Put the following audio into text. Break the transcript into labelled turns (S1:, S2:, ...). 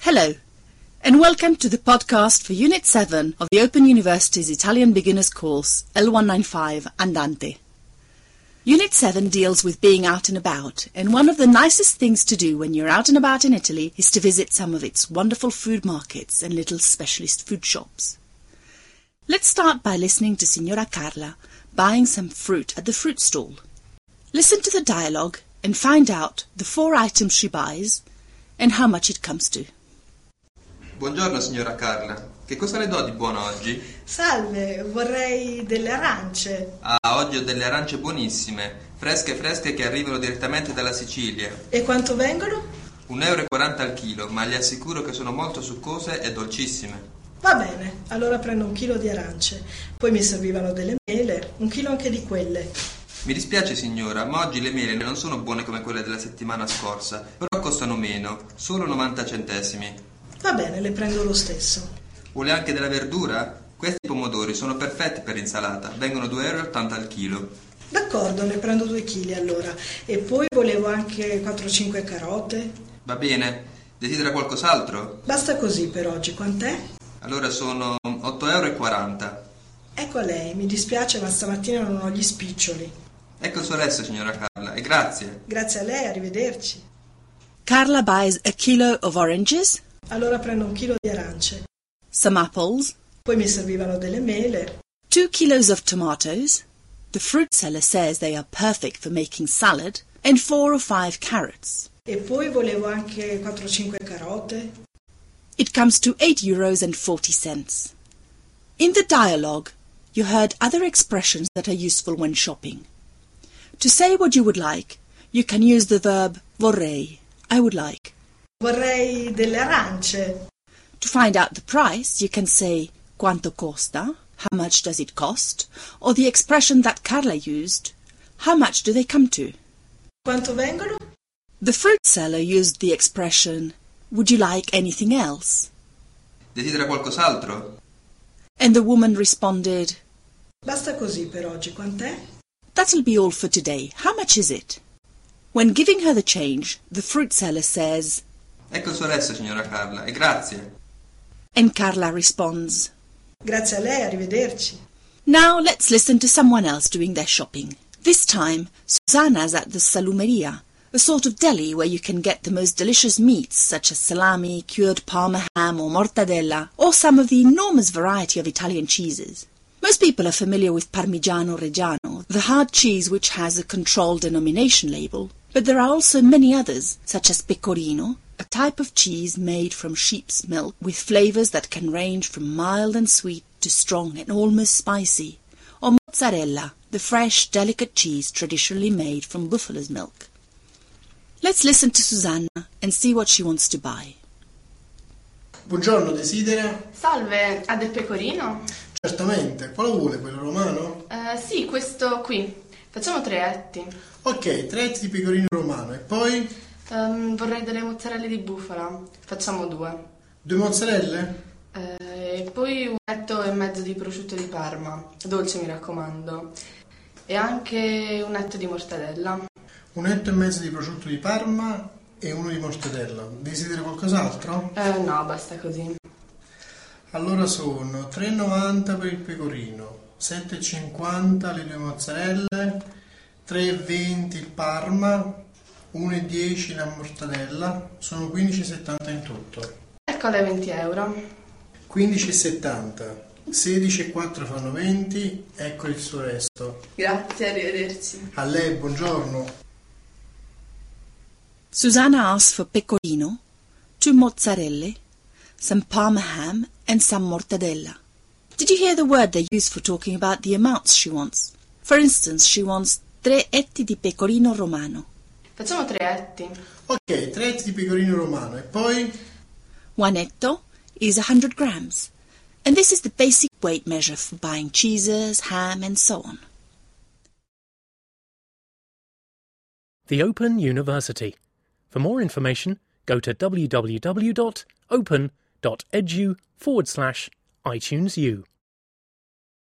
S1: Hello, and welcome to the podcast for Unit 7 of the Open University's Italian Beginners course L195 Andante. Unit 7 deals with being out and about, and one of the nicest things to do when you're out and about in Italy is to visit some of its wonderful food markets and little specialist food shops. Let's start by listening to Signora Carla buying some fruit at the fruit stall. Listen to the dialogue and find out the four items she buys and how much it comes to.
S2: Buongiorno signora Carla, che cosa le do di buono oggi?
S3: Salve, vorrei delle arance.
S2: Ah, oggi ho delle arance buonissime, fresche fresche che arrivano direttamente dalla Sicilia.
S3: E quanto vengono?
S2: 1,40 euro al chilo, ma le assicuro che sono molto succose e dolcissime.
S3: Va bene, allora prendo un chilo di arance. Poi mi servivano delle mele, un chilo anche di quelle.
S2: Mi dispiace signora, ma oggi le mele non sono buone come quelle della settimana scorsa, però costano meno, solo 90 centesimi.
S3: Va bene, le prendo lo stesso.
S2: Vuole anche della verdura? Questi pomodori sono perfetti per insalata, vengono 2,80 euro al chilo.
S3: D'accordo, ne prendo due chili allora. E poi volevo anche 4-5 carote.
S2: Va bene, desidera qualcos'altro?
S3: Basta così per oggi, quant'è?
S2: Allora sono 8,40 euro.
S3: Ecco a lei, mi dispiace ma stamattina non ho gli spiccioli.
S2: Ecco il suo resto signora Carla, e grazie.
S3: Grazie a lei, arrivederci.
S1: Carla buys a kilo of oranges,
S3: Allora prendo un chilo di arance.
S1: some apples,
S3: Poi mi servivano delle mele.
S1: two kilos of tomatoes. The fruit seller says they are perfect for making salad, and four or five carrots.
S3: E poi volevo anche 4-5 carote.
S1: It comes to 8 euros and 40 cents. In the dialogue, you heard other expressions that are useful when shopping. To say what you would like, you can use the verb vorrei, I would like.
S3: Vorrei delle arance.
S1: To find out the price, you can say quanto costa, how much does it cost, or the expression that Carla used, how much do they come to?
S3: Quanto vengono?
S1: The fruit seller used the expression, would you like anything else?
S2: Desidera qualcos'altro?
S1: And the woman responded,
S3: Basta così per oggi, quant'è?
S1: that'll be all for today. How much is it? When giving her the change, the fruit seller says,
S2: Ecco il suo resto signora Carla, e grazie.
S1: and Carla responds,
S3: Grazie a lei, arrivederci.
S1: Now let's listen to someone else doing their shopping. This time, Susanna's at the Salumeria, a sort of deli where you can get the most delicious meats such as salami, cured parma ham or mortadella, or some of the enormous variety of Italian cheeses. Most people are familiar with Parmigiano Reggiano, the hard cheese which has a controlled denomination label, but there are also many others, such as Pecorino, a type of cheese made from sheep's milk with flavors that can range from mild and sweet to strong and almost spicy, or mozzarella, the fresh, delicate cheese traditionally made from buffalo's milk. Let's listen to Susanna and see what she wants to buy.
S4: Buongiorno, desidera?
S5: Salve, ha del pecorino?
S4: Certamente, quale vuole quello romano?
S5: Eh, sì, questo qui. Facciamo tre etti.
S4: Ok, tre etti di pecorino romano e poi
S5: Ehm, vorrei delle mozzarelle di bufala. Facciamo due.
S4: due mozzarelle?
S5: Eh, e poi un etto e mezzo di prosciutto di Parma. Dolce, mi raccomando. E anche un etto di mortadella.
S4: Un etto e mezzo di prosciutto di Parma e uno di mortadella. Desidera qualcos'altro?
S5: Eh, no, basta così.
S4: Allora sono 3,90 per il pecorino, 7,50 le due mozzarelle, 3,20 il Parma, 1,10 la mortadella, sono 15,70 in tutto.
S5: Eccole 20 Ecco euro.
S4: 15,70. 16 e 4 fanno 20, ecco il suo resto.
S5: Grazie, arrivederci.
S4: A lei buongiorno.
S1: Susanna asks for pecorino, two mozzarelle, some parma ham, and some mortadella. Did you hear the word they use for talking about the amounts she wants? For instance, she wants tre etti di pecorino romano,
S5: Facciamo tre etti.
S4: Ok, tre etti di pecorino romano e poi
S1: One etto is 100 grams, and this is the basic weight measure for buying cheeses, ham, and so on.
S6: The Open University. For more information, go to www.open.edu forward slash iTunes U.